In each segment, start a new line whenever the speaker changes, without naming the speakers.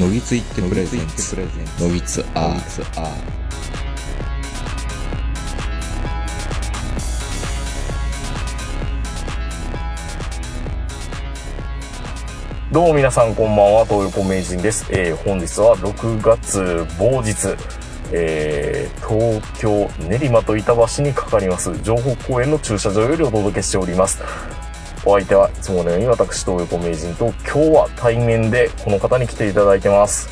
のぎついってプレゼンツのぎつアーツアー
どうも皆さんこんばんは、東横名人です。えー本日は6月某日、えー東京練馬と板橋にかかります、情報公園の駐車場よりお届けしております。お相手はいつものように私、東横名人と、今日は対面でこの方に来ていただいてます。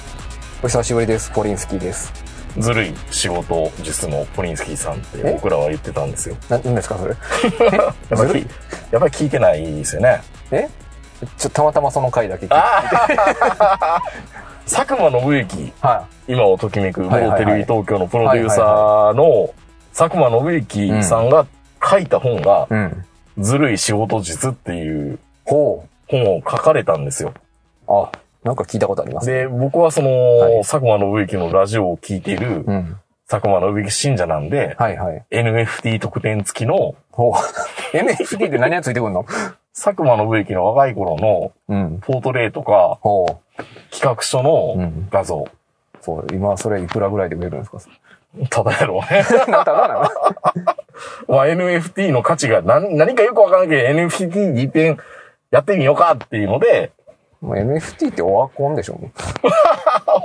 お久しぶりです。ポリンスキーです。
ずるい仕事術のポリンスキーさんって僕らは言ってたんですよ。
な、なんですか、それ。
やっぱり、やっぱり聞いてないですよね。
えちょ、たまたまその回だけ聞いて。
佐久間信之。
は
今をときめく、
はいはい
某
はい
テレビ東京のプロデューサーの佐久間信之さんが書いた本が
い。、うん。
ずるい仕事術っていう
ほ
本を書かれたんですよ。
う。あ、なんか聞いたことあります。
で、僕はそ
はい
の、佐久間信之のラジオを聞いている
うん。
佐久間信之信者なんで、
はいはい。
NFT 特典付きの
ほう。NFT って何がついてくるの
佐久間信之の若い頃の
うん。
ポートレーとか
ほう。
企画書
う
の
ん。
画像。
そう、今それいくらぐらいで売れるんですか
ただやろうね。
なんただなの
まあ、NFT の価値が何何かよくわからんけど NFT に一遍やってみようかっていうので、
もう NFT ってオワコンでしょも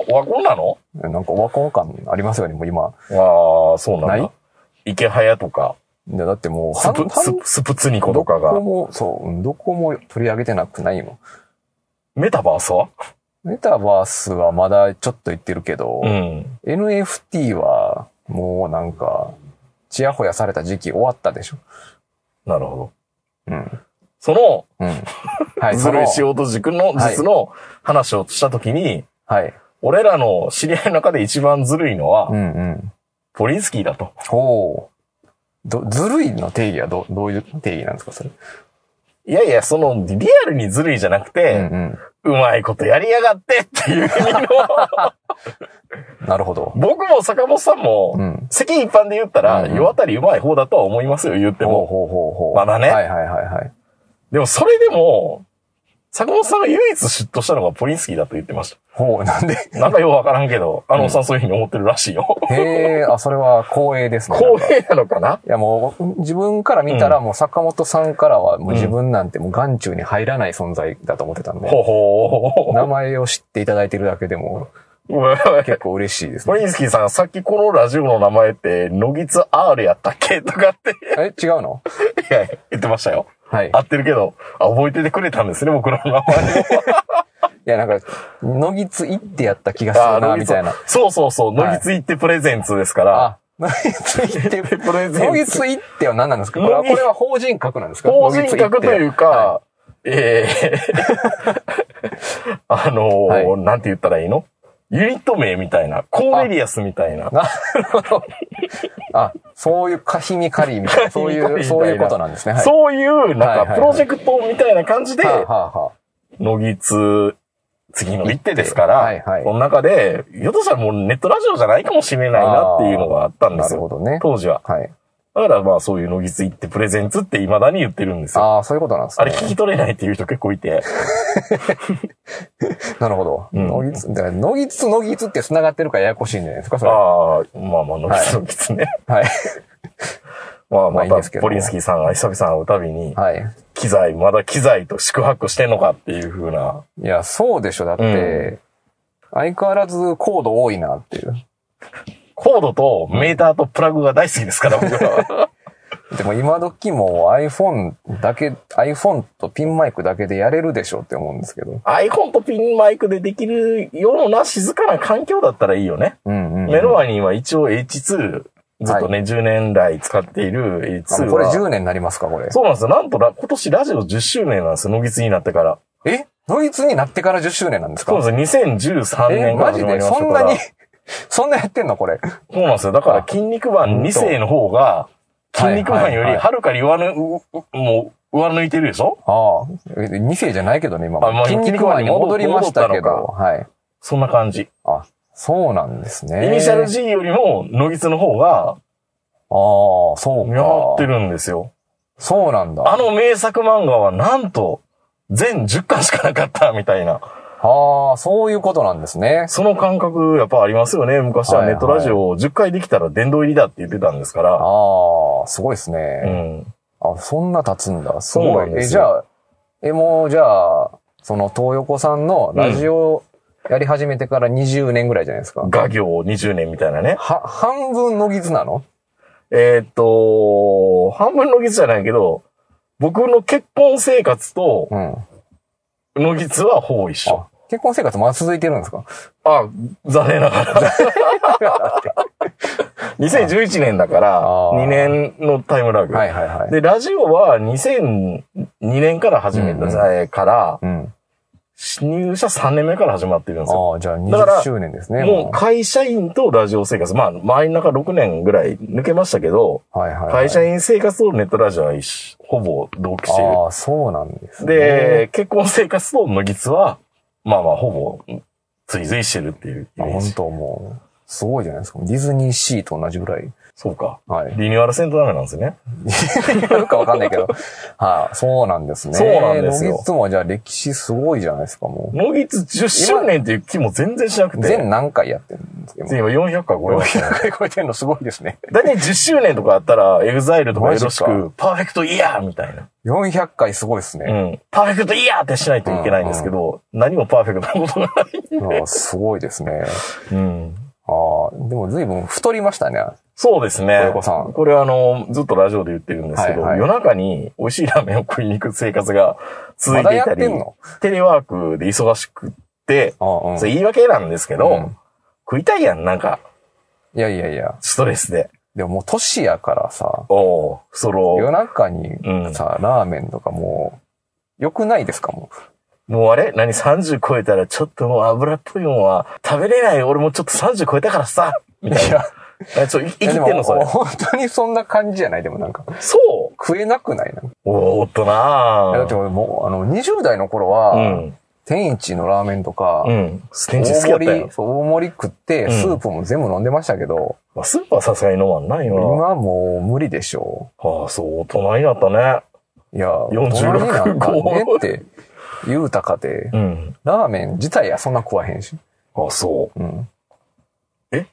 オワコンなの
うなんかオワコン感ありますよね、もう今。
ああ、そうな
なんい
だ。池早とか、
いやだってもう、
スプ、
半
ス
々
スプツニコ
ど
とか
こ
が。
も、そううん、どこも取り上げてなくないも
メタバースは
ん。メタバースはまだちょっと言ってるけど、
うん。
NFT は、もうなんか、ちやほやされた時期終わったでしょ。
なるほど。
うん。
その、
うん。はい、
ずるい
その
仕事軸の
はい
実の話をしたときに、
はい。
俺らの知り合いの中で一番ずるいのは
う、んうん。
ポリンスキーだと。
ほう。ど、ずるいの定義はど、どういう定義なんですか、それ。
いやいや、その、リアルにずるいじゃなくて、
ん
うまいことやりやがってっていう意味の、
うん。なるほど。
僕も坂本さんも、
うん。
世間一般で言ったら、
うんうん
世渡りうまい方だとは思いますよ、言っても。
ほうほうほうほう。
まだね
はいはいはいはい。
でもそれでも、坂本さんが唯一嫉妬したのがポリンスキーだと言ってまし
ほう、 なんで。
た。なんかようわからんけど、あのおっさんそういうふうに思ってるらしいよ。
へえ、あ、それは光栄ですね。なんか
光栄なのかない
やもう、自分から見たらもう坂本さんからはもう自分なんてもう眼中に入らない存在だと思ってたんで、
ほほ
名前を知っていただいてるだけでも
ー。
結構嬉しいですね
ポリンスキーさん、さっきこのラジオの名前って、ノギツ R やったっけとかって、
え、違うの
いや言ってましたよ。
はい。
合ってるけど、あ、覚えててくれたんですね、僕らの名前を。
いや、なんか、のぎついってやった気がす
あ
るな、
ノ
み
ギツ
たいな。
そうそうそう、
はい
ノギツイってプレゼンツですから、
あ、のぎついっ て、
プレゼンツ
のぎついっては何なんですかこれは、
のぎ
これは法人格なんですか
法人格とい
のぎ
う
つ
か、
は
ええあのー
はい
なんて言ったらいいのユニット名みたいな、コーネリアスみたいな。
ってあ、そういうかひみかりみたいな、そう い
かひみかりみたいな
う、そういうことなんですね。はい。
そういう、
はい
なん
はい
か、
はい
プロジェクトみたいな感じで、
はあ、はあはあ、
のぎつ、次の一手ですから、
はいはい
その中で、ひょっとしたらもうネットラジオじゃないかもしれないなっていうのがあったんで
な
す
るほ
よ。
どね。
当時は。
はい。
だからまあそういうのぎついってプレゼンツって未だに言ってるんですよ。
ああ、そういうことなんです
あ
ね。
れ聞き取れないっていう人結構いて。
なるほど。
うん
のぎつ、だから、のぎつ、のぎつって繋がってるからややこしいんじゃないですか、それ。は
ああ、まあまあ、のぎつのぎつね。
い。
まあ、
まあ
ま
いいんで
た
すけ、ど
ポリンスキーさんが久々会うたびに、
はい。
機材、まだ機材と宿泊してんのかっていう風な。
いや、そうでしょ。だって、相変わらずコード多いなっていう。
コードとメーターとプラグが大好きですから、僕 は。
でも今時もう iPhone だけ、iPhone とピンマイクだけでやれるでしょうって思うんですけど。
iPhone とピンマイクでできるような静かな環境だったらいいよね。
うんうん、うん。
目の前には一応 H2、ずっとね、10年来使っている
あ
H2 は。
これ10年になりますか、これ。
そうなんですよ。なんとら、今年ラジオ10周年なんですよ。野ツになってから。
えドイツになってから10周年なんです
そう
か
なんですよ。2013
え
年から
マ
始
ジ
まり
で
ました
そ
から。
んなに、 そんなやってんのこれ。
そうなんですよ。だから、筋肉マン2世の方が、
あ
筋肉マンよ
は
り
いはいはい
はるかに上ぬ、ううもう、上抜いてるでしょ
ああ。2世じゃないけどね、今
あまあ
も。筋肉マンに戻りましたけど。
戻っ
はい。
そんな感じ。
あ、そうなんですね。
イニシャル G よりも、ノギツの方が、
ああ、そう
やって
か。
るんですよ。
そうなんだ。
あの名作漫画は、なんと、全10巻しかなかった、みたいな。
ああ、そういうことなんですね。
その感覚、やっぱありますよね。昔はネットラジオを10回できたら殿堂入りだって言ってたんですから。
ああ、すごいです
う
ね。
ん。
あ、そんな経つんだ。す
そう
ご
なん
い。
で
え、
す
じ
よ
ゃあ、え、もう、じゃあ、その、東横さんのラジオやり始めてから20年ぐらいじゃないですか。
画業20年みたいなね。
は、半分のぎずなの
えーっと、半分のぎつじゃないけど、僕の結婚生活と
うん。あ
のぎつはほぼ一緒。
結婚生活まだ続いてるんですか
あ残念ながら。2011年だから、
あー
2年のタイムラグ。
はいはいはい。
で、ラジオは2002年から始めた、
うん
えーから、
うん。
入社3年目から始まってるんですよ。
ああ、じゃあ
だから
20周年ですね。
もう会社員とラジオ生活、まあ、周りの中6年ぐらい抜けましたけど、
う、はいはいはい。
会社員生活とネットラジオは一緒ほぼ同期している。
ああ、そうなんです、ね。
で、結婚生活とのぎつは、まあまあ、ほぼ、追随してるっていうイ
あ、
メー
本
ジ。
当もう、すごいじゃないですか。ディズニーシーと同じぐらい。
そうか。
はい。
リニューアルせんとダメなんですね。
やるかわかんないけど。 はい、そうなんですね。
そうなんですよ
いつもじゃあ歴史すごいじゃないですか、も
のぎつ10周年っていう気も全然しなく
う。
て。
全何回やってるんですか
今400回超えましたね。
400回超えてるのすごいですね。
だいたい10周年とかあったら、エグザイルとかよろし
マジ
く、パーフェクトイヤーみたいな。
400回すごいです
う
ね。
ん。パーフェクトイヤーってしないといけないんですけど、何もパーフェクトなことがない。
ああすごいですね。
うん。
ああ、でも随分太りましたね。
そうですね。
小籔さん
これあの、ずっとラジオで言ってるんですけど、
はいはい
夜中に美味しいラーメンを食いに行く生活が続いていた
まだやって
り、
んの
テレワークで忙しくって、
ああ、うん。
それ言い訳なんですけど、
うん
食いたいやん、なんか、
いやいやいや。
ストレスで。
でももう年やからさ、
おうそ
夜
の、
中に
うん
さ、ラーメンとかもう、良くないですかも
もうあれ何 ?30 超えたらちょっともう油っぽいもんは食べれない。俺もちょっと30超えたからさみ
う。い
たいな。
や、
え、ちょ、い生きてん
でも
のそれ。
本当にそんな感じじゃないでもなんか、
そう
食えなくないなんか
おーおっと
いやだ
な
って
ぁ。
俺もう、あの、20代の頃は、
うん。
天一のラーメンとか、
うん。ステン
大
チ好きだった
盛
よ
り、。そう大盛り食って、
うん
スープも全部飲んでましたけど、
まあスーパーさすがに飲まんないよな。
今はもう無理でしょ
ああ、そう、大人になったね。
う。いや、
46
大人になんかねって言うたかて、
うん。
ラーメン自体はそんな食わへんし。
ああ、そ
うん。
う。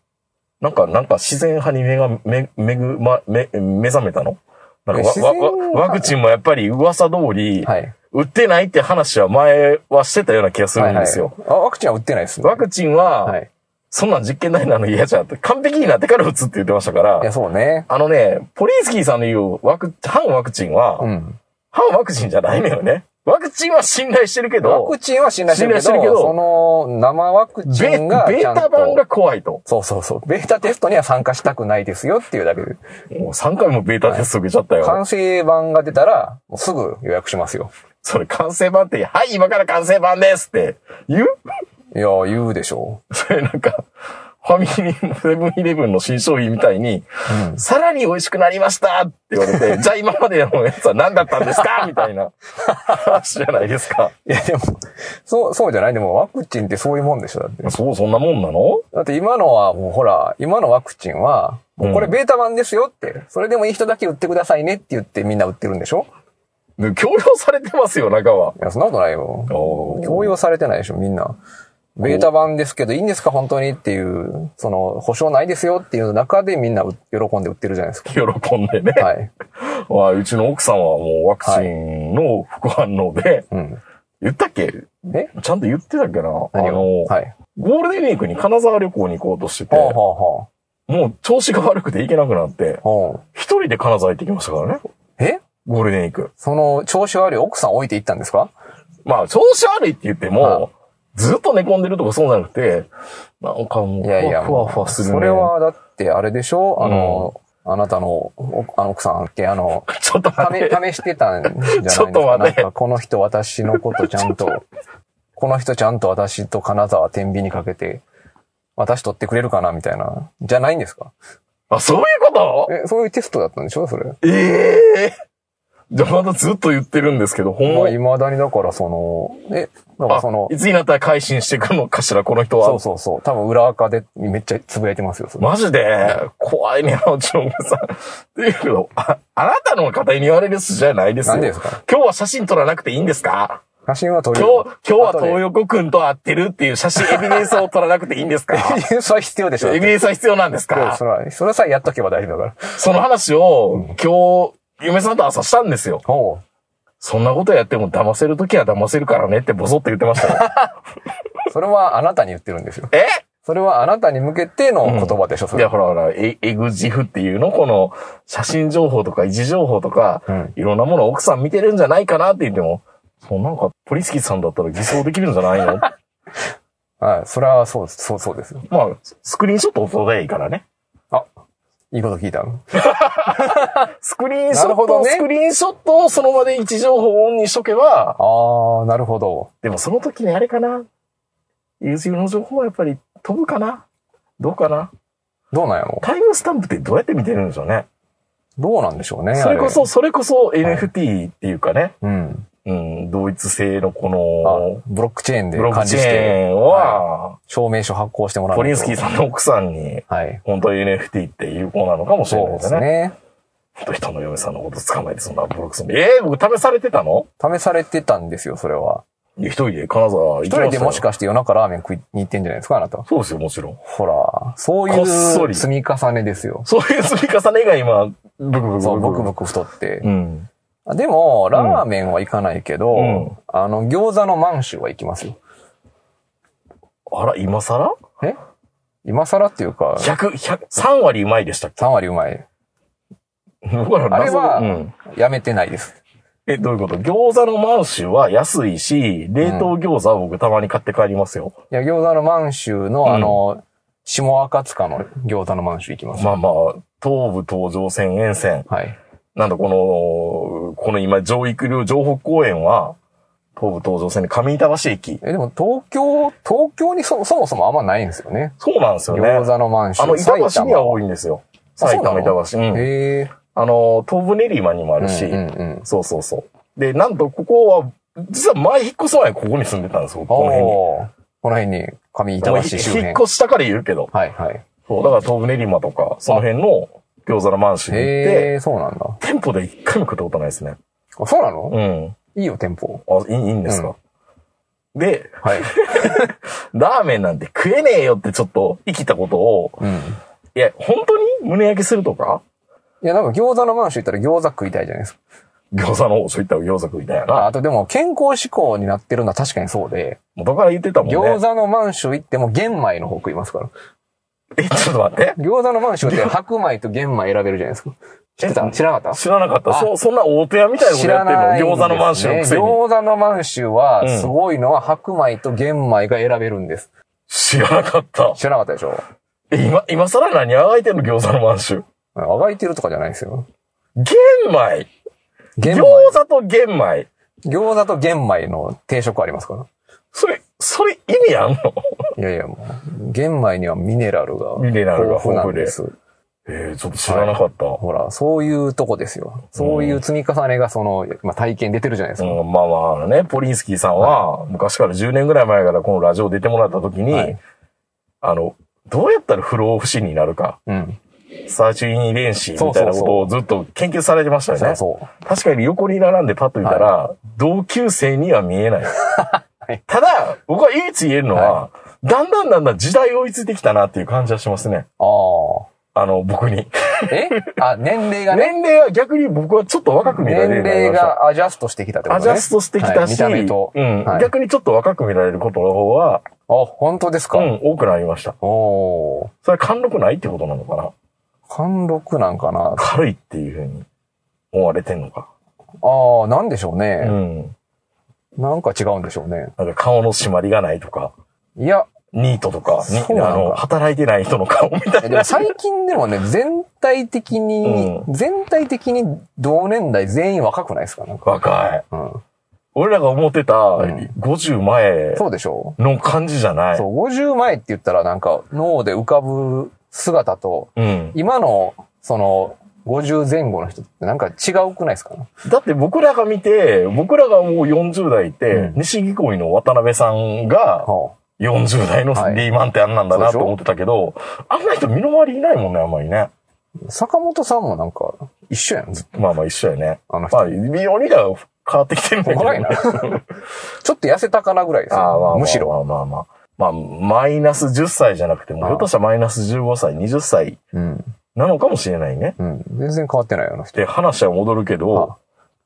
なんか、なんか自然派に目が、め、めぐ、ま、め、目覚めたのなん
え
か
自
わ、
然
わ、
派
わ、ワクチンもやっぱり噂通り、
はい。
売ってないって話は前はしてたような気がするんですよ。
はいはいあワクチンは売ってないですね。
ワクチンは、
はい。
そんなん実験台なの嫌じゃんって、完璧になってから打つって言ってましたから
いや、、そうね。
あのね、ポリンスキーさんの言うワク、反ワクチンは、
うん。
反ワクチンじゃないのよね。ワクチンは信頼してるけ
ワ
ど、
クチンは信頼してるけ
信頼してるけ
ど、
ど
その生ワクチ
ベベ
ンが
ー
ちゃんと。
タ版が怖いと。
そうそうそう。ベータテストには参加したくないですよっていうだけで。
もう3回もベータテスト受けちゃったよ。
完成版が出たら、もうすぐ予約しますよ。
それ完成版って、はい、今から完成版ですって言う
いやー、言うでしょ
それなんか、ファミリー、セブンイレブンの新商品みたいに、さらに美味しくなりましたって言われ て、じゃあ今までのやつは何だったんですかみたいな話じゃないですか。
う。いや、でも、そう、そうじゃないでもワクチンってそういうもんでしょだって。
そう、そんなもんなの
だって今のはもうほら、今のワクチンは、もうこれベータ版ですよって、それでもいい人だけ売ってくださいねって言ってみんな売ってるんでしょ
で強要されてますよ、中は。
いや、そんなことないよ。
おー
強要されてないでしょ、みんな。ベータ版ですけど、いいんですか本当にっていう、その、保証ないですよっていう中でみんなう喜んで売ってるじゃないです か。
喜んでね。
はい。
まあ、うちの奥さんはもうワクチンの副反応で、
うん。
言ったっけ
え
ちゃんと言ってたっけなあ
何
の、
をはい。
ゴールデンウィークに金沢旅行に行こうとしてて、
ほうほうほ
もう調子が悪くて行けなくなって
う。、ほ
一人で金沢行ってきましたからね。
う。え
ゴールデンウィーク。
その、調子悪い奥さん置いていったんですか
まあ、調子悪いって言っても、ずっと寝込んでるとかそうじゃなくて、なんかもう、
いやいや、
ふわふわするね。
それ、は、だって、あれでしょあの、あなたの、おあの奥さんって、あの、
ちょっと待って、
試、試してたんじゃないです
ちょ
か。
っと待
な
っ
ん
て
か、この人私のことちゃんと、 この人ちゃんと私と金沢天秤にかけて、私取ってくれるかなみたいな。じゃないんですか
あ、そういうこと
え、そういうテストだったんでしょそれ。
ええじゃあまだずっと言ってるんですけど、ほん
ま
ま
あ、未だにだから、その、え、なんかその
あ、いつになったら改心してくるのかしら、この人は。
そうそうそう。多分裏垢でめっちゃつぶやいてますよ、それ。
マジで、怖いね、うちのおさん。っていうけど、あ、あなたの方に言われる筋じゃないですよ。
なんでですか
今日は写真撮らなくていいんですか
写真は撮る
今
よ。
日、今日は
後で
東横くんと会ってるっていう写真、エビデンスを取らなくていいんです か
それは必要でしょ。
エビデンスは必要なんですか
それは、それさえやっとけば大丈夫だから。
その話を、今日、嫁さんと朝したんですよ。
ほ
そんなことやっても騙せるときは騙せるからねってボソって言ってました よ。
う。それはあなたに言ってるんですよ。
え
それはあなたに向けての言葉でしょ、そ
い
れ
や、
は。
ほらほら、エエグジフっていうの、この、写真情報とか、位置情報とか、
うん
いろんなものを奥さん見てるんじゃないかなって言っても、そう、なんか、ポリスキーさんだったら偽装できるんじゃない のま
はい。それはそう、そう、そうですよ。
あ、スクリーンショットを撮ればいいからね。
いいこと聞いたの。
スクリーンショッ
なるほ
ト、
どね
スクリーンショットをその場で位置情報をオンにしとけば、
あー、なるほど。
でもその時にあれかな。友人の情報はやっぱり飛ぶかなどうかな
どうなんやろ
タイムスタンプってどうやって見てるんでしょうね。
どうなんでしょうね。
それこ
あ
そ、それこそ NFT っていうかね、
うん。
うん、同一性のこ
あ
の、
ブロックチェーンで
ブロック
管理
チ
し
ェー
て、
ンは、
証明書発行してもらう。
ポリンスキーさんの奥さんに、
はい。
本当に NFT って有効なのかもしれ
そ
ないうで
ですす
ね。
ね。
本当人の嫁さんのこと捕まえてそんなブロックするの。ええ僕試されてたの
試されてたんですよ、それは。
いや一人で金沢行きまし
一
たよ
人でもしかして夜中ラーメン食いに行ってんじゃないですか、あなた。
そうですよ、もちろん。
ほら、そうい
こっそり
う積み重ねですよ。
そういう積み重ねが今、ブクブク
そう、ブクブク太って
う。ん。
あでも、ラーメンは行かないけど、
うん
あの、餃子の満州は行きますよ。
あら、今更
え今更っていうか、
?100、100、3割うまいでしたっけ
3割うまい。
僕らの
あれ
謎
は
うん
やめてないです。
え、どういうこと餃子の満州は安いし、冷凍餃子は僕たまに買って帰りますよ。
いや、餃子の満州
うん
の、あの、下赤塚の餃子の満州行きます。
まあまあ、東武東上線沿線。
はい。
なんだ、この、この今、上育流城北公園は、東武東上線で上板橋駅。
え、でも東京、東京にそそもそもあんまないんですよね。
そうなんですよね。
餃子の満州。
あの、板橋には多
い。
いんですよ。
あ
埼玉
そうなの
板橋。うん
へえ。
あの、東武練馬にもあるし、
うんうんうん。
そうそうそう。で、なんとここは、実は前引っ越す前にここに住んでたんですよ、この辺に。
おーこの辺に、上板
もう
橋
ひ
周
引っ
辺。
越したから言うけど。
はいはい。
そう、だから東武練馬とか、その辺の餃子の満州に行って、
へえ、そうなんだ。
店舗で一回も食ったことないですね。
あ、そうなの
うん。
いいよ、店舗。
あ、いいいいんですか、で、
はい。
ラーメンなんて食えねえよってちょっと生きたことを、
うん。
いや、本当に胸焼けするとか
いや、なんか餃子の満州行ったら餃子食いたいじゃないですか。
餃子の王将行ったら餃子食いたいよ
あ
な。
あとでも健康志向になってるのは確かにそうで、
元から言ってたもんね。
餃子の満州行っても玄米の方食いますから。
え、ちょっと待って。
餃子の満州って白米と玄米選べるじゃないですか。知ってた知らなかった
知らなかった。
あ
そ、そんな大手屋みたいなこ
知
とや
ら
ってんの
ないんです、ね。
餃子の満州のくせに。
餃子の満州は
うん
すごいのは白米と玄米が選べるんです。
知らなかった。
知らなかったでしょ
え、今、今更何あがいてんの餃子の満州。
あがいてるとかじゃないですよ。
玄米
玄
餃
米。
子と玄米。
餃子と玄米の定食ありますから。
それ、それ意味あんの
いやいや、もう、玄米にはミネラルが
ミネラルが
豊
豊
富なん
富で
です。
えー、ちょっと知らなかった。
ほら、そういうとこですよ。そういう積み重ねがその、まあ、体験出てるじゃないですか。
うん、まあまあ、あのね、ポリンスキーさんは、昔から10年ぐらい前からこのラジオ出てもらった時に、
はい
あの、どうやったら不老不死になるか、
うん。
サーチュイン遺伝子みたいなことをずっと研究されてましたよね。
そうそ
確かに横に並んでパッと見たら、同級生には見えない。
い
ただ、僕は唯一言えるのは、だんだんだんだん時代追いついてきたなっていう感じはしますね。
う。あ
あの、僕に。
あ。えあ、年齢がね。
年齢は逆に僕はちょっと若く見られるよう
年
になり
齢
ました。
がアジャストしてきたってこと
ア
ね。
ジャストしてきたし、
はい見た目と。
うん
はい
逆にちょっと若く見られることの方は、
あ、本当ですか。
うん、多くなりました。
おー。
それは貫禄ないってことなのかな
貫禄なんかな。
軽いっていうふうに思われてんのか。
ああ、なんでしょう
う
ね、
ん。
なんか違うんでしょうね。
なんか顔の締まりがないとか、
いや、
ニートとか、に
そうなん
あ
だ
の、働いてない人の顔みたい
えでも最近で もね、全体的に、
う
全体的に同年代全員若くないですかなんか。
な。若い。
うん。
俺らが思ってた
ん
50前
そうでしょう
の感じじゃない。
そう、50前って言ったらなんか脳で浮かぶ姿と、
うん。
今の、その、50前後の人ってなんか違うくないですか
だって僕らが見て、僕らがもう40代って、
うん
西木恋の渡辺さんが
は
40代の
はい
リーマンってあんなんだなと
そうでしょ
思ってたけど、あんな人身の回りいないもんね、あんまりね。
あ、坂本さんもなんか、一緒やん、ずっと
まあまあ一緒やね。
あの人。
まあ、微妙にだよ。変わってきてるんだけど。
怖い な。ちょっと痩せたかなぐらいです
あーまあまあま
よ
あ。
むしろ。
まあまあまあ。まあ、マイナス10歳じゃなくても、
あー
ひょっとしたらマイナス15歳、20歳
うん。
なのかもしれないね。
うん。全然変わってないよ、あの人。
で、話は戻るけど、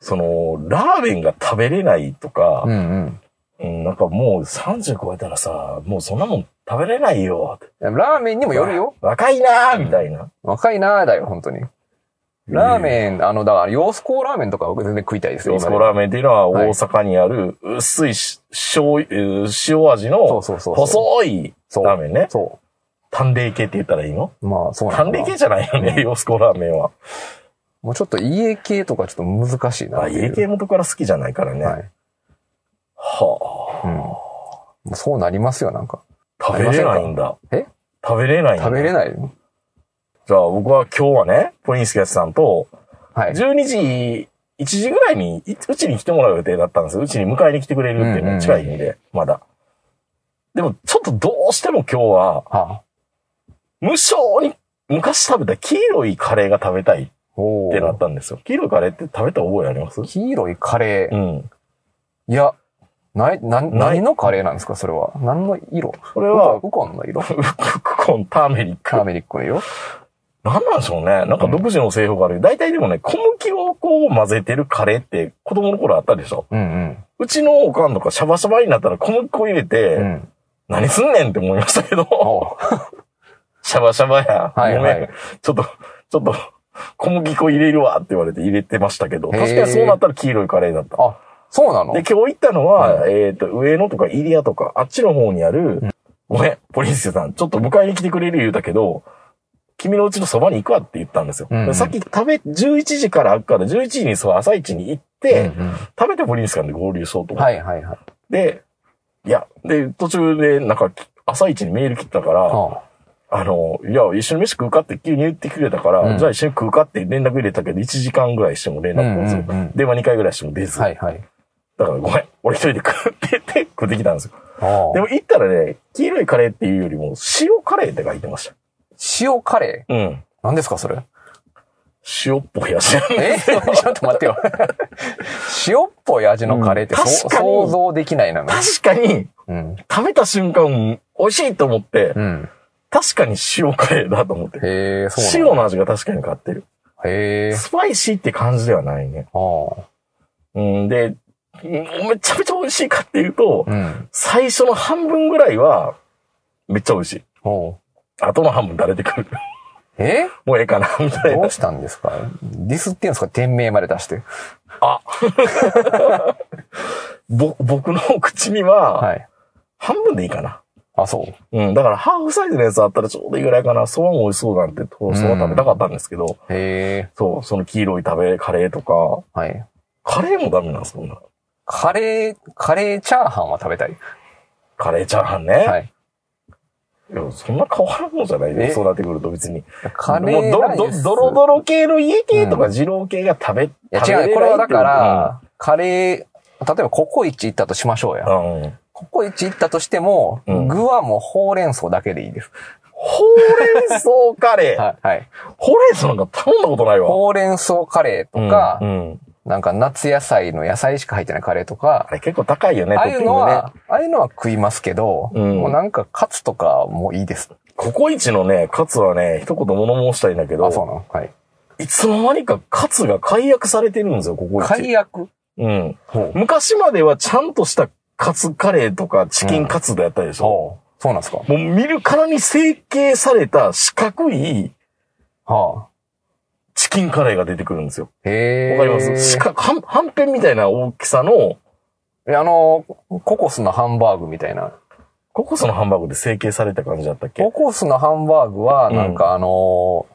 その、ラーメンが食べれないとか
うん、うん。
うんなんかもう30超えたらさ、もうそんなもん食べれないよ。
ラーメンにもよるよ。
若いなーみたいな。
若いなーだよ、本当に。ラーメン、あの、だから、洋子コラーメンとか僕全然食いたいですよ。
洋
今
子
でも
ラーメンっていうのは
はい
大阪にある薄いし醤油、塩味
そう
の
そうそうそう。
細い
そう
ラーメンね。
そ
淡麗系って言ったらいいの
う。まあ、そうな
淡
んだ
麗。系じゃないよね、洋子ラーメンは。
もうちょっと家系とかちょっと難しいな
あ、
っていう。
家系元から好きじゃないからね。
はい。
は
うん。もうそうなりますよ、なんか。
あ、食べれないんだ。
え
食べれないんだ。
食べれ
い。
ない。
じゃあ僕は今日はね、ポリンスケさんと、
はい。
12時、1時ぐらいに、いうちに来てもらう予定だったんですよ。うちに迎えに来てくれるっていう
うんうんう
ね、
ん
近いんで、まだ。でも、ちょっとどうしても今日は、
はあ。
無性に昔食べた黄色いカレーが食べたいっ
お
てな
ー
っ。たんですよ。黄色いカレーって食べた覚えあります
黄色いカレ
う
ー。
ん。
いや、ない、な、
ない
何のカレーなんですか、それは。何の色
これ
ウ
は、ウ
コンの色
ッコン、ターメリック
タ。ーメリックの色
なんなんでしょうね。なんか独自の製法がある。大体でもね、小麦をこう混ぜてるカレーって子供の頃あったでしょ。
うん
うちのおかんとかシャバシャバになったら小麦粉入れて、
うん。うん。
何すんねんって思いましたけど、
おう
シャバシャバや。
はい
ご
は
め
い
ん。ちょっと、ちょっと、小麦粉入れるわって言われて入れてましたけど、
へー
確かにそうなったら黄色いカレーだった。
あ、 そうなの
で、今日行ったのは、えっ、と、上野とか入谷とか、あっちの方にある、ごめん、ポリンスさん、ちょっと迎えに来てくれる言うたけど、君のうちのそばに行くわって言ったんですよ。
うんうん
でさっき食べ、11時から開くから、11時にそう朝一に行って、
うんうん
食べてポリンスさんで合流しようと思って。
はいはいはい。
で、いや、で、途中で、なんか、朝一にメール来たから、
あ
あの、いや、一緒に飯食うかって急に言ってくれたから、
うん
じゃあ一緒に食うかって連絡入れたけど、1時間ぐらいしても連絡もず、
うんうんうん
電話2回ぐらいしても出ず、
はいはい。
だからごめん、俺一人で食ってって食ってきたんですよ。
あ
でも行ったらね、黄色いカレーっていうよりも、塩カレーって書いてました。
塩カレー
うん。
何ですか、それ
塩っぽい味なんで
えちょっと待ってよ。塩っぽい味のカレーって、
うん
そ
確かに
想像できないなの。
確かに、
うん。
食べた瞬間、美味しいと思って、
うん。
確かに塩カレーだと思って。
へえ、そうな
塩
の。
の味が確かに変わってる。
へえ。
スパイシーって感じではないね。
ああ。
うん、で、うんめちゃめちゃ美味しいかっていうと、
うん。
最初の半分ぐらいは、めっちゃ美味しい。
おう
後の半分垂れてくる。
え
もうええかな、みたい
ど
な
う。したんですかディスってんですか店名まで出して。
あぼ、僕の口には、
はい。
半分でいいかな。
あ、そう。
うん。だから、ハーフサイズのやつあったらちょうどいいぐらいかな。そばも美味しそうなんて、そば食べたかったんですけど、
へえ。
そう、その黄色い食べ、カレーとか、
はい。
カレーもダメなんですもんな。
カレー、カレーチャーハンは食べたい。
カレーチャーハンね。
はい。
いやそんな変わらんもんじゃないね。
え
そうなってくると別に。
カレー
も
ラ
う
イ
ドロ
ス
ドドロドロ系の家系とか二郎系が食べ、
いや
食べれ
違う、
ない
これはだか
っ
ら、カレー、例えばココイチ行ったとしましょう
ていう
や。
の、うん。うん
ココイチ行ったとしても、
うん
具はもうほうれん草だけでいいです。
ほうれん草カレー。
はい。はい。
ほうれん草なんか頼んだことないわ。
ほうれん草カレーとか、
うんうん
なんか夏野菜の野菜しか入ってないカレーとか
あ、れ結構高いよね、
ああい
トッピ
うの
ングね
は、ああいうのは食いますけど、
うん
もうなんかカツとかもいいです。
ココイチのね、カツはね、一言物申したいんだけど、
あ、そうなのはい。
いつの間にかカツが解約されてるんですよ、ココイ
解
チ。
約
うん。
ほう。
昔まではちゃんとしたカツカレーとかチキンカツだやったでしょ。
ほう。そうなんですか
もう見るからに成形された四角い
はあ。
チキンカレーが出てくるんですよ。
へえ。
わかります四角、はん、はんぺんみたいな大きさの、
えあの、ココスのハンバーグみたいな。
ココスのハンバーグで成形された感じだったっけ
ココスのハンバーグは、
うん
なんかあの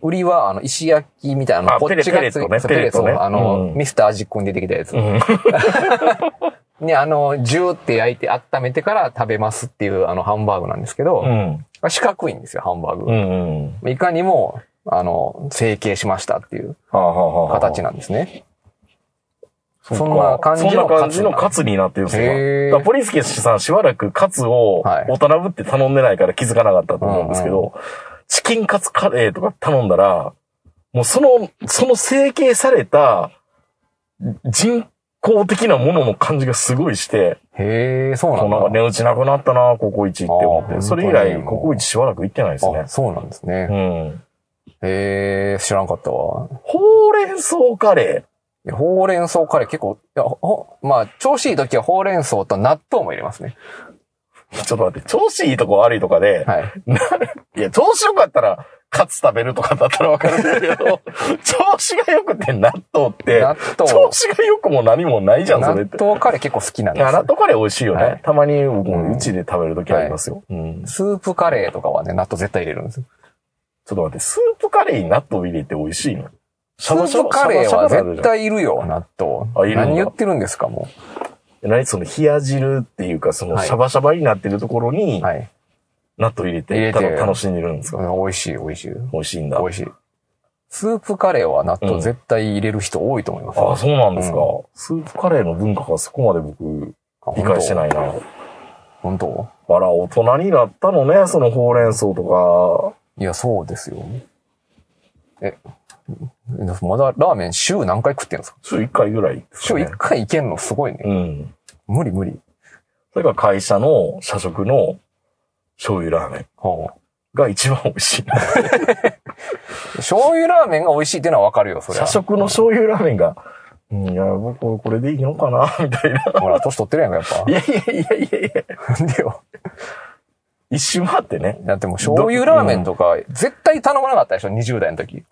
売りは、あの、石焼きみたいな、
あ
こっちがつい
ペレペレットね
そう
ペレット
そう
ね
あの、
うん
ミスター味っ子に出てきたやつ
う。ん。
ね、あの、ジューって焼いて温めてから食べますっていう、あの、ハンバーグなんですけど、
うん。
四角いんですよ、ハンバーグ。
うん。うん。
いかにも、あの、成形しましたっていう
はあはあはあ
形なんですね。
っ
そ
か
んな感じの
そんな感じの
カ
カツになってるんですよ。
へー
だからポリスケさんしばらくカツを
はい
大人ぶって頼んでないから気づかなかったと思うんですけど、
う
チキンカツカレーとか頼んだら、もうその、その成形された人公的なものの感じがすごいして、
へえ、そう
もうなん
な
か
んだ。
値打ちなくなったな、ココイチって思
あ
っ
ー
て。それ以
本当
来、
に
ココイチしばらく行ってないですね
あ、。そうなんですね
う。ん。
へえ、知らんかったわ。
ほうれん草カレ
いやほうれん草カレー結構、いやほほまあ、調子いい時はほうれん草と納豆も入れますね。
ー。ちょっと待って、調子いいとか悪いとかで、
はい。
いや、調子良かったら、カツ食べるとかだったらわかるんだけ ど、調子が良くて納豆って、
納
調
豆、
子が良くも何もないじゃん、それっ
納
て。
豆カレー結構好きなん
い
で
や
す
納
よ。
豆カレー美味しいよね。
はい
たまに、僕もうちで食べるときありますよ、うん。ち
スープカレーとかはね、納豆絶対入れるんですよ。
ょっと待って、スープカレーに納豆入れて美味しいのシ
ス
ャバシャ
ープ
バ
カレーは
シャバシャバなるじ
絶
ゃん
対いるよ、納
あいるん
豆。
だ
何言ってるんですか、も
何その冷や汁っていうか、その
はい
シャバシャバになってるところ
う。
に
はい。
納豆入れて、
入れて
ただ楽しんでるんですか
美味しい、美味しい。
美味しいんだ。
美味しい。スープカレーは納
うん
豆絶対入れる人多いと思います。
ああ、そうなんですか、
う
スープカレーの文化がそこまで僕、
あ
理解してないな。
本当。本
あら、大人になったのね、そのほうれん草と
当いや、そうですよ。え、まだラーメン週何回食ってるんですか
か。週1回ぐらいです
週
かね、
1回いけんのすごいね。
うん。
無理無理。
それから会社の社食の醤油ラーメン
は
が一番美味しい。
あ、醤油ラーメンが美味しいってのはわかるよ、それ
社食の醤油ラーメンが、うん、いや、僕これでいいのかな みたいな。
ほら、年取ってるやんか、やっぱ
い。やいやいやいやいや。
なんでよ。
一周回ってね。
だってもう醤油ラーメンとか、絶対頼まなかったでしょ、20代の時。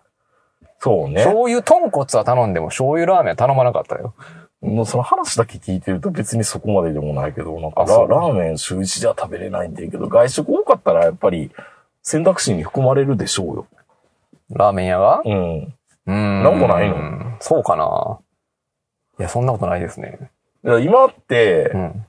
そうね。
醤油豚骨は頼んでも醤油ラーメンは頼まなかったよ。
もうその話だけ聞いてると別にそこまででもないけど、なんか
あそ
ラ
う
ラーメン週1じゃ食べれないんだけど、外食多かったらやっぱり選択肢に含まれるでしょ
ラーメン屋が
うよ。うん。
うーん。
なんもないの
そうかな。いや、そんなことないですね。
だから今って、
うん。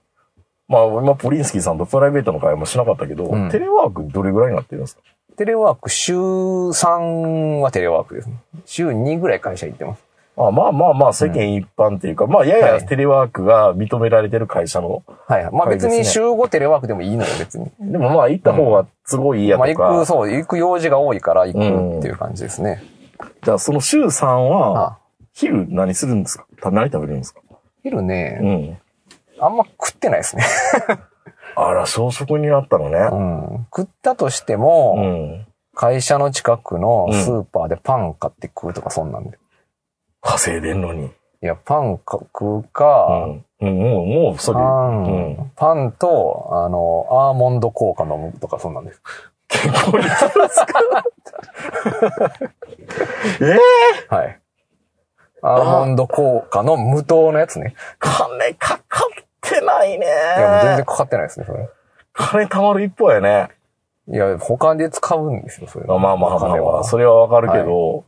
まあ、今、ポリンスキーさんとプライベートの会話もしなかったけど、
うん
テレワークどれぐらいになってるんですか
テレワーク、週3はテレワークですね。週2ぐらい会社行ってます。
あまあまあまあ、世間一般っていうか、まあ、や
は
や
い
テレワークが認められてる会社の、
はいはい。ま
は
あ
いです
別
ね
に週5テレワークでもいいのよ、別に。
でもまあ、行った方が都合いいや
まあ
と
行く、
か、
そう、行く用事が多いから行くっていう感じですね。
じゃあ、その週3
あ
は、昼何するんですかた何食べるんですか
昼
う
ね、
ん。
あんま食ってないですね。
あら、小食になったの
う
ね。
ん。食ったとして
う
も、
ん。
会社の近くの
うん
スーパーでパン買って食うとかそんなんで。
稼いでんのに。
いや、パンか食う
う
か、
ん。うん、もう、もう、それ
パ、ン、
う
パンと、あの、アーモンド効果飲むとかそんなんです。
健康に気を 使う。ええ
はい。アーモンド効果の無糖のやつね。
金かかってないね。
いや、もう全然かかってないですね、それ。
金貯まる一方やね。
いや、他で使うんですよ、それ。
まあまあまあまあ
金
まあ、
は。
それはわかるけど。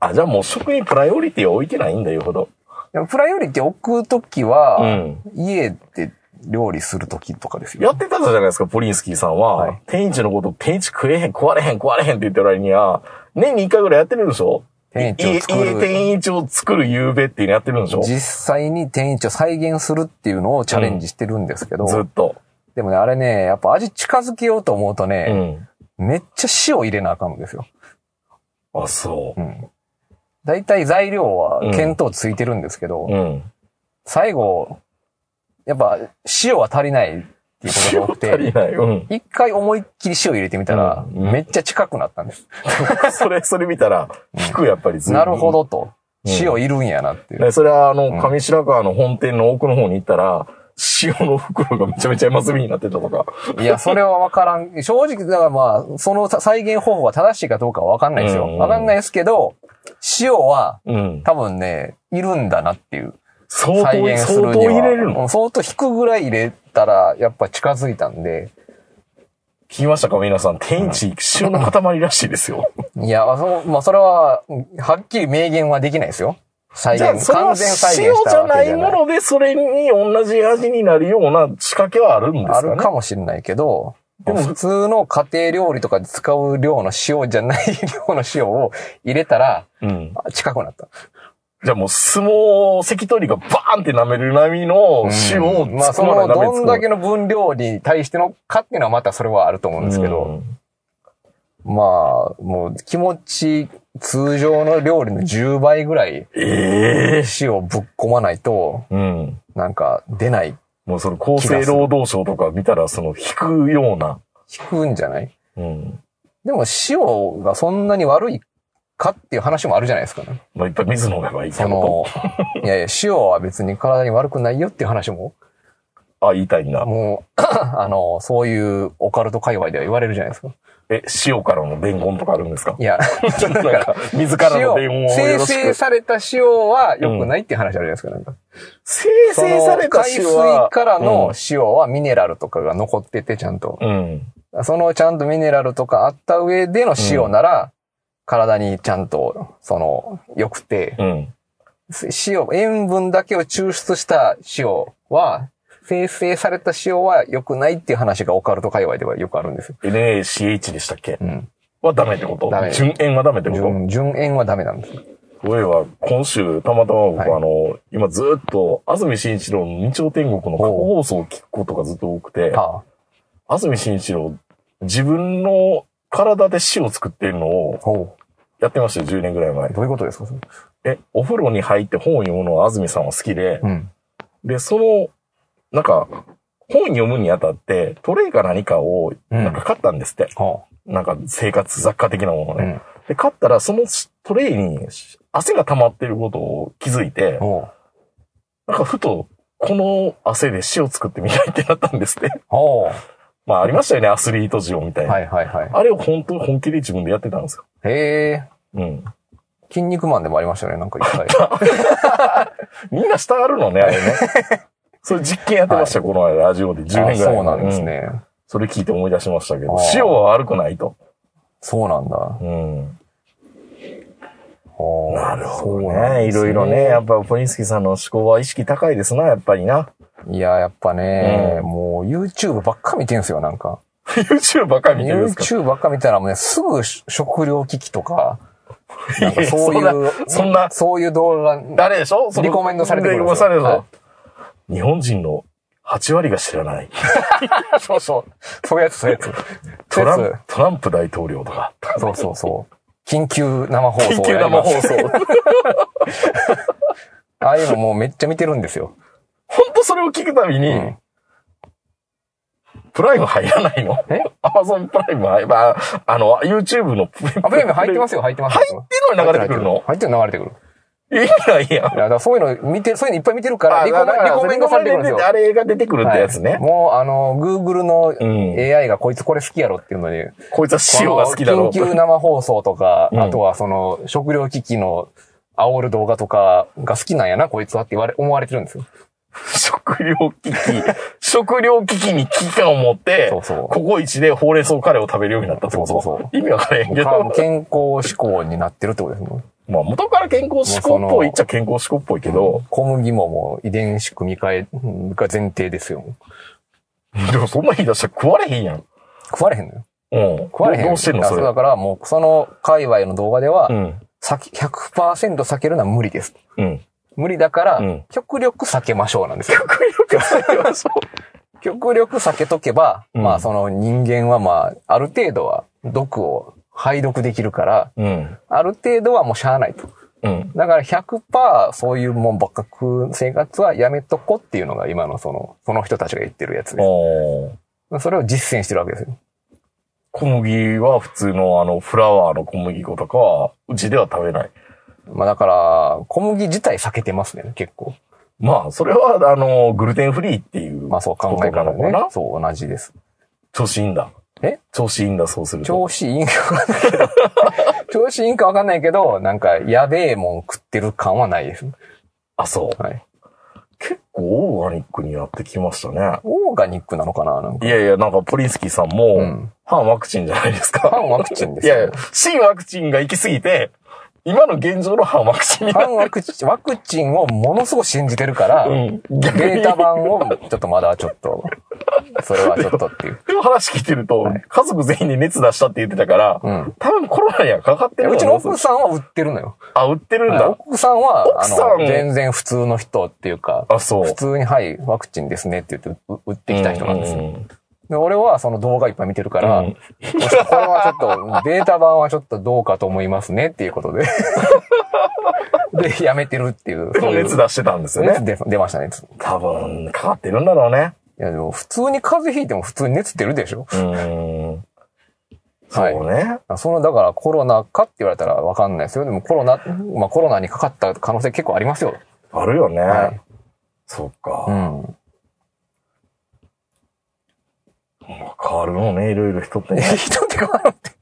あ、じゃあもう食にプライオリティを置いてないんだよほど。
でもプライオリティ置くとき
う
は、
ん。
家で料理するときとかですよ。
やってたじゃないですか、ポリンスキーさんは。
はい
天一のこと、天一食えへん、食われへん、食われへんって言ってる割には、年に一回ぐらいやってるでしょ
天一を作
い家
る。
天一を作る夕べっていうのやってるんでしょず
実際に天一を再現するっていうのをチャレンジしてるんですけど、
っと。
でもね、あれね、やっぱ味近づけようと思うと
う
ね、
ん。
めっちゃ塩入れなあかんんですよ。
あ、そ
うん。だいたい材料は見当ついてるんですけど、
う。うん。
最後、やっぱ塩は足りないっていうこ と
塩
が多く
足り
て、
ない。うん。
一回思いっきり塩入れてみたら、
うん
めっちゃ近くなったんです。
それ、それ見たら、聞くやっぱりずいぶん
なるほどと。
うん
塩いるんやなっていう。
ね、それはあ
う
の、
ん
上白川の本店の奥の方に行ったら、塩の袋がめちゃめちゃ山積みになってたとか。
いや、それはわからん。正直、だからまあ、その再現方法が正しいかどうかはわかんないですよ。
うん
わかんないですけど、塩は
うん。
多分ね、いるんだなっていう。
相
再
当、
現する
相
には。
当入れるの
うん相当引くぐらい入れたら、やっぱ近づいたんで。
聞きましたか皆さん。天一、塩の塊らしいですよ。
いや、まあそ、まあ、それは、うんはっきり明言はできないですよ。再
じゃあ、
現、
それは
完全再現
塩
し
じ
た
ゃ
わ
な
けじ
い
ゃ
も
ない。
ので、それに同じ味になるような仕掛けはあるんですか
あ
ね
るかもしれないけど、でも普通の家庭料理とかで使う量の塩じゃない 量の塩を入れたら、
うん。
あ近くなった。
じゃあもう、相撲、関取がバーンって舐める波の塩を
うんまあ、
突
そ
っ込ま
の、
れた
どんだけの分量に対してのかっていうのはまたそれはあると思うんですけど、まあ、もう気持ち、通常の料理の10倍ぐらい、
ええ
塩をぶっ込まないと、
うん。
なんか出ない。
もうその厚生労働省とか見たら、その引くような。
引くんじゃない
うん。
でも塩がそんなに悪いかっていう話もあるじゃないですか、
まあ、いっぱい水飲めばいいって
そ
こ
の、いやいや、塩は別に体に悪くないよっていう話も、
と。あ、言いたいんだ。
もう、 あの、そういうオカルト界隈では言われるじゃないですか。
え、塩からの伝言とかあるんです か
いや、だ
なん
から
か、自らの伝言
塩、
をよ
生
ろし
成
く。
された塩は良くないっていう話あるじゃないですか、なんか。
生成された塩
その海水
は。
からの塩はミネラルとかが残ってて、ちゃんと。
うん。うん。
そのちゃんとミネラルとかあった上での塩なら、体にちゃんと、その、良くて、
うん。
塩、塩分だけを抽出した塩は、生成された塩は良くないっていう話がオカルト界隈ではよくあるんですよ。
NACH でしたっけ
うん。
はダメってこと
ダメ
純塩はダメってこと
純純塩はダメなんです。
そういえば、今週、たまたま僕、
はい
あの、今ずっと、安住紳一郎の日曜天国の過去放送を聞くことがずっと多くて、
は
安住紳一郎、自分の体で塩を作ってるのを
あ、ほ
やってましたよ、10年ぐらい前
う。。どういうことですかそれ
え、お風呂に入って本を読むのは安住さんは好きで、
うん。
で、その、なんか、本読むにあたって、トレイか何かを、
うん
なんか買ったんですって。
は
なんか生活雑貨的なもの
あ。
ね。
うん。
で、買ったら、そのトレイに汗が溜まってることを気づいて、
ほう。
なんかふと、この汗で塩作ってみたいってなったんですって。
ほ。
まあありましたよね、アスリート塩みたいうな。
はいはいはい。
あれを本当に本気で自分でやってたんですよ。
へえ、
うん。
筋肉マンでもありましたよね、なんか一 回。
みんな下あるのね、あれね。 それ実験やってました、この間、ラジオで10年ぐらい
あ
前
そうなんですね。
それ聞いて思い出しましたけど
あー、
塩は悪くないと。
そうなんだ。
うん。
ほう
なるほど
そうなん
ね。
で
い
す
ろいろね、やっぱポリンスキーさんの思考は意識高いですな、やっぱりな。
いや、やっぱね、
うん
もう YouTube ばっか見てんすよ、なんか。
YouTube ばっかり見てるんですか
YouTube ばっか見たらもうね、すぐし食料危機とか、なんかそう
いや
いう、
そんな、
そういう動画、
あれでしょその
リコメンドされてくるん
リコ
で
メンドさ
すよ
れるぞ
は
日本人の8割が知らない。
そうそう。そういうやつ、そういうやつ。
トラ
そういう
ン
や
トランプ大統領とか。
つそうそうそう。緊急生放送
緊急
やり
生
ま
放
す。
送。
ああいうのもうめっちゃ見てるんですよ。
ほんとそれを聞くたびに、
うん
プライム入らないの
え
?Amazon プライム入、まあ、あの、YouTube のプレ
あ、プレミアム入ってますすよ、入ってます
入ってんのに流れてくるの
入ってるの流れてくる。
意味ないやん
い。や、だからそういうの見て、そういうのいっぱい見てるから、
あ
リコメン
だから
リコメンドされてくるんですよ。
あれが出てくるってやつね。
はいもう、あの、Google の
ん
AI がこいつこれ好きやろっていうのに、
こいつは塩が好きだろう
この緊急生放送とか、
うん
あとはその、食料危機の煽る動画とかが好きなんやな、こいつはって言われ、思われてるんですよ。
食料危機、食料危機に危機感を持って、
そうそう
ココイチでほうれん草カレーを食べるようになったってこと
そうそうそ
意味わからへんけど、
もう健康志向になってるってことですもん。
まあ元から健康志向っぽいっちゃ健康志向っぽいけど、
小麦ももう遺伝子組み換えが前提ですよ。
でもそんな日出したら食われへんやん。
食われへんのよ。
うん。
食われへん
どうしてんの
だ
そ
から
れ。
だからもう、その界隈の動画では、
うん。
さき100%避けるのは無理です。
うん。
無理だから、
うん
極力避けましょうな んですよ。
食い力下げ ましょ
極力避けとけば、
うん
まあその人間はまあ、ある程度は毒を排毒できるから、
う。うん。
ある程度はもうしゃあないと。
うん。
だから100%そういうもんばっか食う生活はやめとこっていうのが今のその、その人たちが言ってるやつで
おー
それを実践してるわけですよ。
小麦は普通のあのフラワーの小麦粉とかは、うちでは食べない。
まあだから、小麦自体避けてますね、結構。
まあ、それは、あの、グルテンフリーっていう。
まあそう考え
ことな
方
のか
ね
な。
そう、同じです。
調子いいんだ。
え
調子いいんだ、そうすると。
調子いいんかわかんな いけど、調子いいんかわかんないけど、なんか、やべえもん食ってる感はないです。
あ、そう。
はい。
結構オーガニックになってきましたね。
オーガニックなのかななんか。
いやいや、なんかポリンスキーさんも、
うん
反ワクチンじゃないですか。
反ワクチンです
い
よ
やいや、新ワクチンが行き過ぎて、今の現状の反ワクチンになっ
反ワクチン、ワクチンをものすごく信じてるから、
うん逆に
データ版をちょっとまだちょっと、それはちょっとっていう。
でも話聞いてると、家族全員で熱出したって言ってたから、
うん
多分コロナにはかかってる
うちの
と思う
奥さんは売ってるのよ。
あ、売ってるんだ。
奥さんは、
奥さん
あの、全然普通の人っていうか、
あ、そう。
普通に、はい、ワクチンですねって言ってう売ってきた人なんですよ。
うんうんうん
で俺はその動画いっぱい見てるから、
うん
これはちょっと、ベータ版はちょっとどうかと思いますねっていうことで。で、やめてるっていう。そういう
熱出してたんですよ
熱
ね。
出出ましたね。
多分、かかってるんだろうね。
いやでも普通に風邪ひいても普通に熱出るでしょ
うーん。そうね。
その、だからコロナかって言われたらわかんないですよ。でもコロナ、まあコロナにかかった可能性結構ありますよ。
あるよね。
はい
そっ
う
か。
ん。
変わるのね、いろいろ人ってね。
人って変わるって。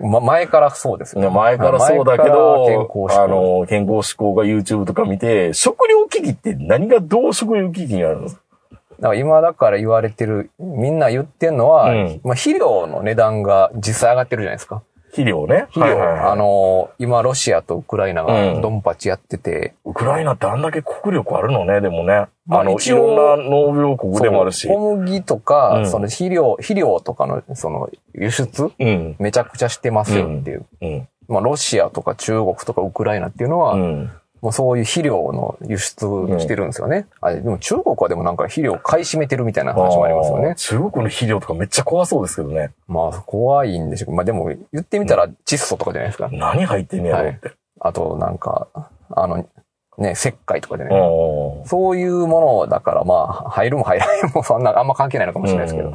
ま、前からそうですよ。
ね前からそうだけ
前
ど、
から健康志向
あの、健康志向が YouTube とか見て、食料危機って何がどう食料危機になるの
だから今だから言われてる、みんな言ってんのは、
うん
まあ肥料の値段が実際上がってるじゃないですか。
肥料ね。
肥料、
はいはいはい
あ、の、今ロシアとウクライナ
うん
がドンパチやってて、
ウクライナってあんだけ国力あるのね、でもね。
まあ
あの、い
一応
ろんな農業国でもあるし
そ。の小麦とか、
うん
その肥料、肥料とかの、その輸出、
うん。
めちゃくちゃしてますよっていう。
うん。
まあ、ロシアとか中国とかウクライナっていうのは、
うん。
もうそういう肥料の輸出してるんですよね。あれでも中国はでもなんか肥料買い占めてるみたいな話もありますよ
あー
ね。
中国の肥料とかめっちゃ怖そうですけどね。
まあ怖いんでしょうけどまあでも言ってみたら窒素とかじゃないですか。
何入ってんねやろって。
あとなんか、あの、ね、石灰とかじゃ
う
ない。
ん
そういうものだからまあ入るも入らないもそんなあんま関係ないのかもしれないですけど。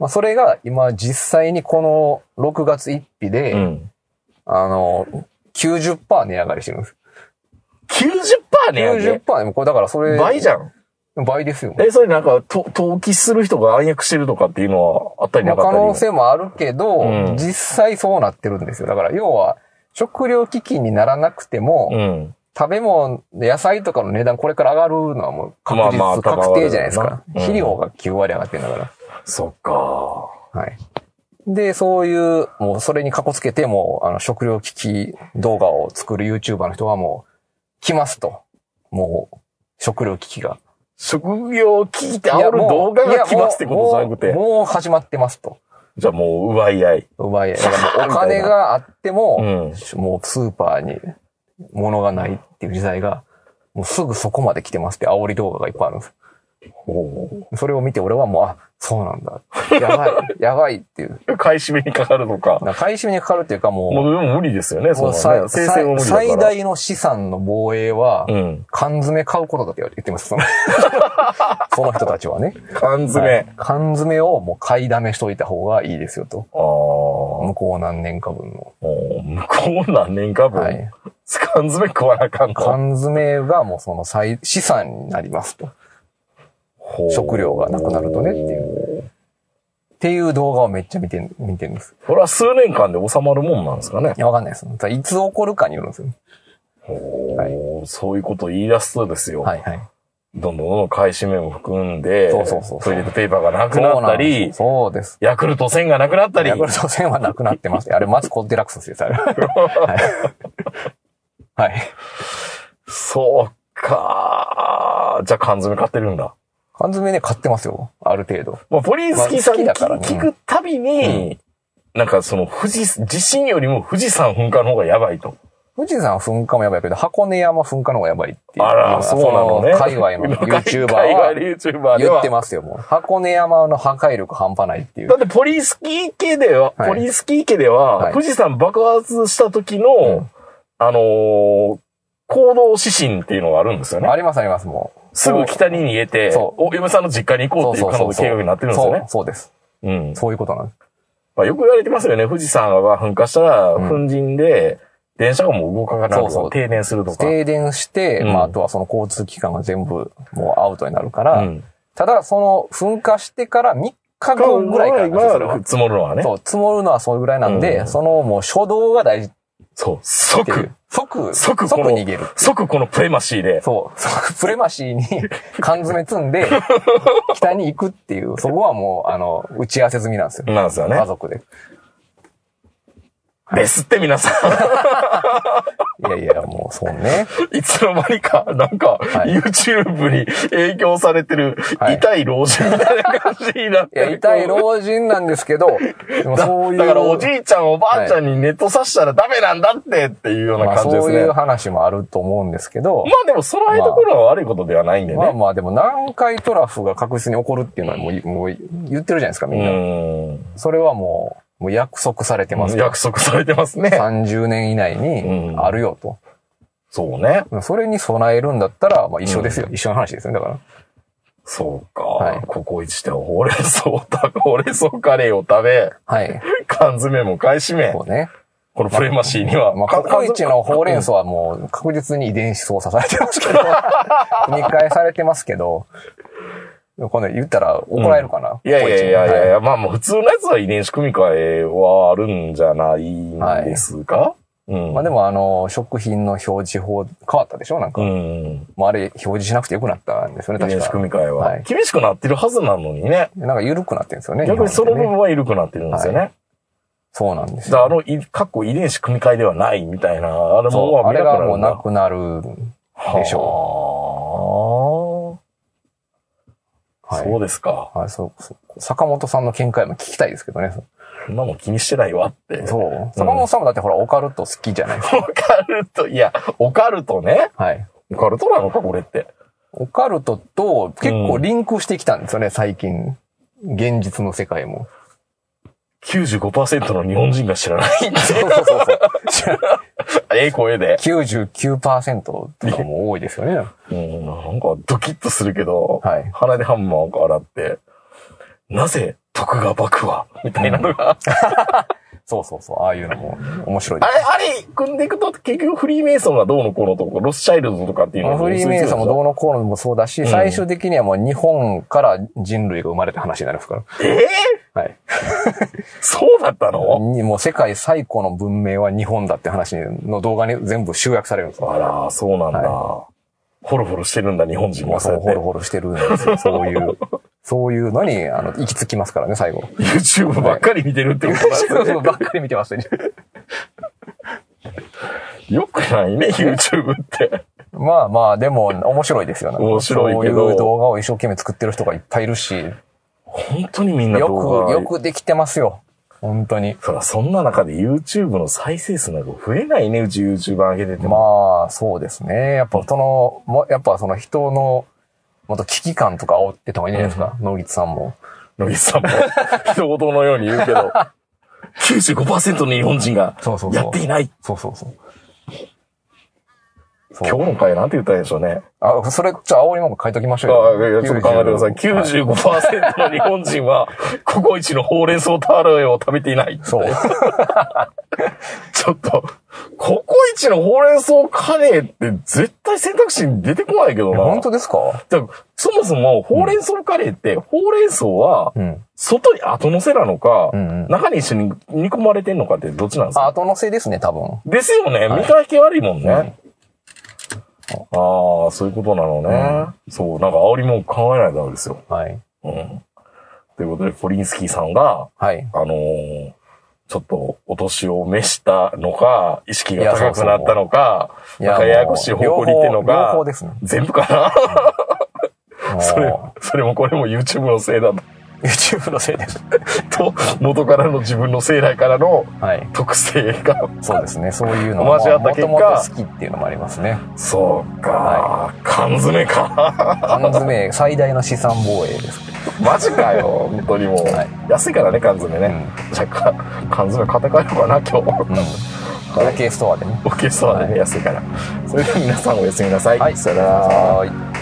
まあそれが今実際にこの6月1日で、
うん。うん。
あの、90%値上がりしてるんです。
90%ねやで。
90%でもこれだからそれ、
倍じゃん。
倍ですよ。
え、それなんか、と、投機する人が暗躍してるとかっていうのはあったり
ま
な
あ
かっ
可
たり。
能性もあるけど、
うん
実際そうなってるんですよ。だから要は、食料危機にならなくても、
うん。
食べ物、野菜とかの値段これから上がるのはもう確実、
まあまあ
確定じゃないですか。
うん
肥料が9割上がってるんだから。
そっか。
はい。で、そういう、もうそれにかこつけて、もう、あの、食料危機動画を作る YouTuber の人はもう、来ますと。もう、食料危機が。
職業を聞いて
い
煽
や
る
もう
動画が来ますってことじゃなく
いやも
て。
うもうもう始まってますと。
じゃあもう奪い合い。
奪い合い。だからも うお
みたい
金
な
があっても、
うん。
もうスーパーに物がないっていう時代が、もうすぐそこまで来てますって煽り動画がいっぱいあるんです。
お
それを見て俺はもう、あ、そうなんだ。やばい、やばいっていう。
ー買い占めにかかるのか。
なんか買い占めにかかるっていうかもう、
もうでも無理ですよね、そ
も
う
う
な
さ
ね。
さ
生鮮も無理だから。
最。大の資産の防衛は、
うん。
缶詰買うことだって言ってま す。そのその人たちはね。
缶詰。
はい缶詰をもう買いだめしといた方がいいですよと。
ああ。も
向こう何年か分の。
う向こう何年か分、
はい
缶詰食わなあかんの。
缶詰がもうその最資産になりますと。
ほう
食料がなくなるとねっていう。っていう動画をめっちゃ見てん、見てるんです。
これは数年間で収まるもんなんですかね
い。や、わかんないです。だからいつ起こるかによるんですよ。はい
おーそういうことを言い出すとですよ。
はいはい。
どんどんどんどん買い占めも含んで、
そうそうそう
トイレットペーパーがなくなったり、
そうなんですそうです。
ヤクルト1000がなくなったり
ヤ、クルト戦はなくなってます。あれ、マツコ・デラックス ですよ、あれ。はい。はい。
そうかーじゃあ缶詰買ってるんだ。
缶詰ね、買ってますよ。ある程度。
まあ、ポリンスキーさんに
まあ好きだからね
聞くたびに、なんかその富士、地震よりも富士山噴火の方がやばいと。
富士山噴火もやばいけど、箱根山噴火の方がやばいっていう。
あら、そうなのね。
界 隈の
海外
YouTuber
海外
は
の YouTuber で
言
は
ってますよ、もう。箱根山の破壊力半端ないっていう
だ。ってポリスキー家では、
はい
ポリスキー家では、
はい
富士山爆発した時の、
うん
あのー行動指針っていうのがあるんですよね
あ。りますあります、もう。
すぐ北に逃げて、
そ
お嫁さんの実家に行こうっていう彼女計画になってるんですよ
そう
ね、。
そうです。
うん。
そういうことなんです。
まあ、よく言われてますよね。富士山が噴火したら、
うん
粉塵で、電車がもう動かなくなる
そう
と
そう
か、停電するとか。
停電して、
うん
まあ、あとはその交通機関が全部もうアウトになるから、
うん。
ただ、その噴火してから3日後ぐらいからなんですよそれは
が積もるのはね。
そう、積もるのはそれぐらいなんで、
うん
そのもう初動が大事っ
そう。
てい
即
う、。即、
即この
逃げる。
即このプレマシーで。
そう、 そうプレマシーに 缶詰積 んで、北に行くっていう、そこはもう、あの、打ち合わせ済みなんですよ。
なんですよね
家。族で。
ですって皆さ
いやいや、もうそうね。
ん。いつの間にか、なんか、
はい
YouTube に影響されてる、
はい
痛い老人みたいな感じになっ
い
て
や、
る。
痛い老人なんですけど、で も
だ
そういう。
だからおじいちゃんおばあちゃんにネットさしたらダメなんだってっていうような
まあ
感じで
そ
す
う
ね。
いう
まあ、
話もあると思うんですけど、
でもその辺のところは悪いことではないんでね。
まあまあでも南海トラフが確実に起こるっていうのはもういもう言ってるじゃないですか、みんな。
う
それはもう、もう約束されてま
ん。
す。
約束されてますね。
30年以内に
うん
あるよと。
そうね。
それに備えるんだったら、まあ一緒ですよ。
う
一緒の話ですね、だから。
そうか。
はい
ここ一ではほうれん草を食べ、ほうれん草カレーを食べ、
はい。
缶詰も買い占め、
こうね。
このプレマシーには。
まあ、
か
ココイチのほうれん
か
草はもう確実に遺伝子操作されてま すけど、繰り返されてますけど、この言ったら怒られるかな、
いやいやいやいやい
や。
や、まあもう普通のやつは遺伝子組み換えはあるんじゃないんですか、うん。
まあでもあの、食品の表示法変わったでしょなんか。
うん。
もうあれ表示しなくてよくなったんですよね、
遺伝
確
子
か。
組み換えは、
はい
厳しくなってるはずなのにね。
なんか緩くなってるんですよね。
逆にその部
日本ってね
分は緩くなってるんですよね。
そうなんです
だからあの、
よ。
いかっこ遺伝子組み換えではないみたいな、あれ
そ
も
うあれがもう
見
なくなる。
く
でし
ょう。
はい
そうですか。
はい、そうそう。坂本さんの見解も聞きたいですけどね。
そんなもん気にしてないわって。
そう。坂本さんもだってほら、オカルト好きじゃないです
オカルト、いや、オカルトね。
か。はい。
オカルトなのか、これって。
オカルトと結構リンクしてきたんですよね、最近。現実の世界 も。
95%の日本人が知らない。
そうそうそうそう。
ええ声で。
99%とかも多いですよね。
うん、なんかドキッとするけど、
はい
鼻でハンマーを洗って、なぜ徳川幕はみたいなのが、
そうそうそう。ああいうのも面白いで
あ
す。
れ、あれ、組んでいくと結局フリーメイソンがどうのこうのとか、ロスチャイルドとかっていうの
まあ
が
フリーメイソンもどうのこうのもそうだし、
ん
最終的にはもう日本から人類が生まれた話になりますから。
ええ
はい。
そうだったの、
にもう世界最古の文明は日本だって話の動画に全部集約されるんですよ。
あら、そうなんだ。ホロホロしてるんだ、日本人
も
が
うそう、
そう
ホ
や
ロホロしてるんですよ。そういう、そういうのに、あの、行き着きますからね、最後。
って。YouTube ばっかり見てるってことなんですね
そうそうばっかり見てましたね。
よくないね、YouTube って。
まあまあ、でも、面白いですよね。
面白いけど
そういう動画を一生懸命作ってる人がいっぱいいるし、よ
本当にみんな動
く、
画
よくできてますよ。本当に。
そら、そんな中で YouTube の再生数なんか増えないね、うち YouTuber 上げてても。
まあ、そうですね。やっぱ、その、もやっぱその人の、もっと危機感とか煽ってた方がいいんじゃないですか。野口さんも。
野木さんも、一言のように言うけ ど、95%の日本人が
そうそうそう
やっていない。
そうそうそう。そう
今日の回なんて言ったらいいんでしょうね。
あ、それ、ちょっと煽り文句書いときまし
あ
ょうよ。
いやちょっと考えてくだ さい。
90はい
95%の日本人は、ココイチのほうれん草タロエを食べていない。
そう。
ちょっと、ココイチのほうれん草カレーって絶対選択肢に出てこないけどな。
本当ですか
だからそもそも、ほうれん草カレーって、ほうれん草は
う、ん。
外に後乗せなのか、
うんうん
中に一緒に煮込まれてんのかってどっちなんですか
あ後のせいですね、多分。
ですよね。見たけ悪いもんね。ああ、そういうことなのね。そう、なんか煽りも考えないとダメですよ。
はい。
うん。ということで、ポリンスキーさんが、
はい。
あのーちょっとお年を召したのか、意識が高くなったのか、
いや
なんかややこしい方向に行ってんの
両方両
か
方、ですね。
全部かな それ
も、
それもこれも YouTube のせいだ
う YouTube のせいです。
と、と元からの自分の生来からの
はい。
特性が
そうですね。そういうの
お交わった
も
結
と
果
もと好きっていうのもありますね。
そうか、缶詰か。
缶詰最大の資産防衛です。
マジかよ、本当にもう。
はい
安いからね、缶詰ね。じゃあ、か缶詰買って帰ろうかな、今日。
うん。OK ストアでね。
オーケーストアでね、安いから。それでは皆さんおやすみなさい。
はい
さよなら。
はい。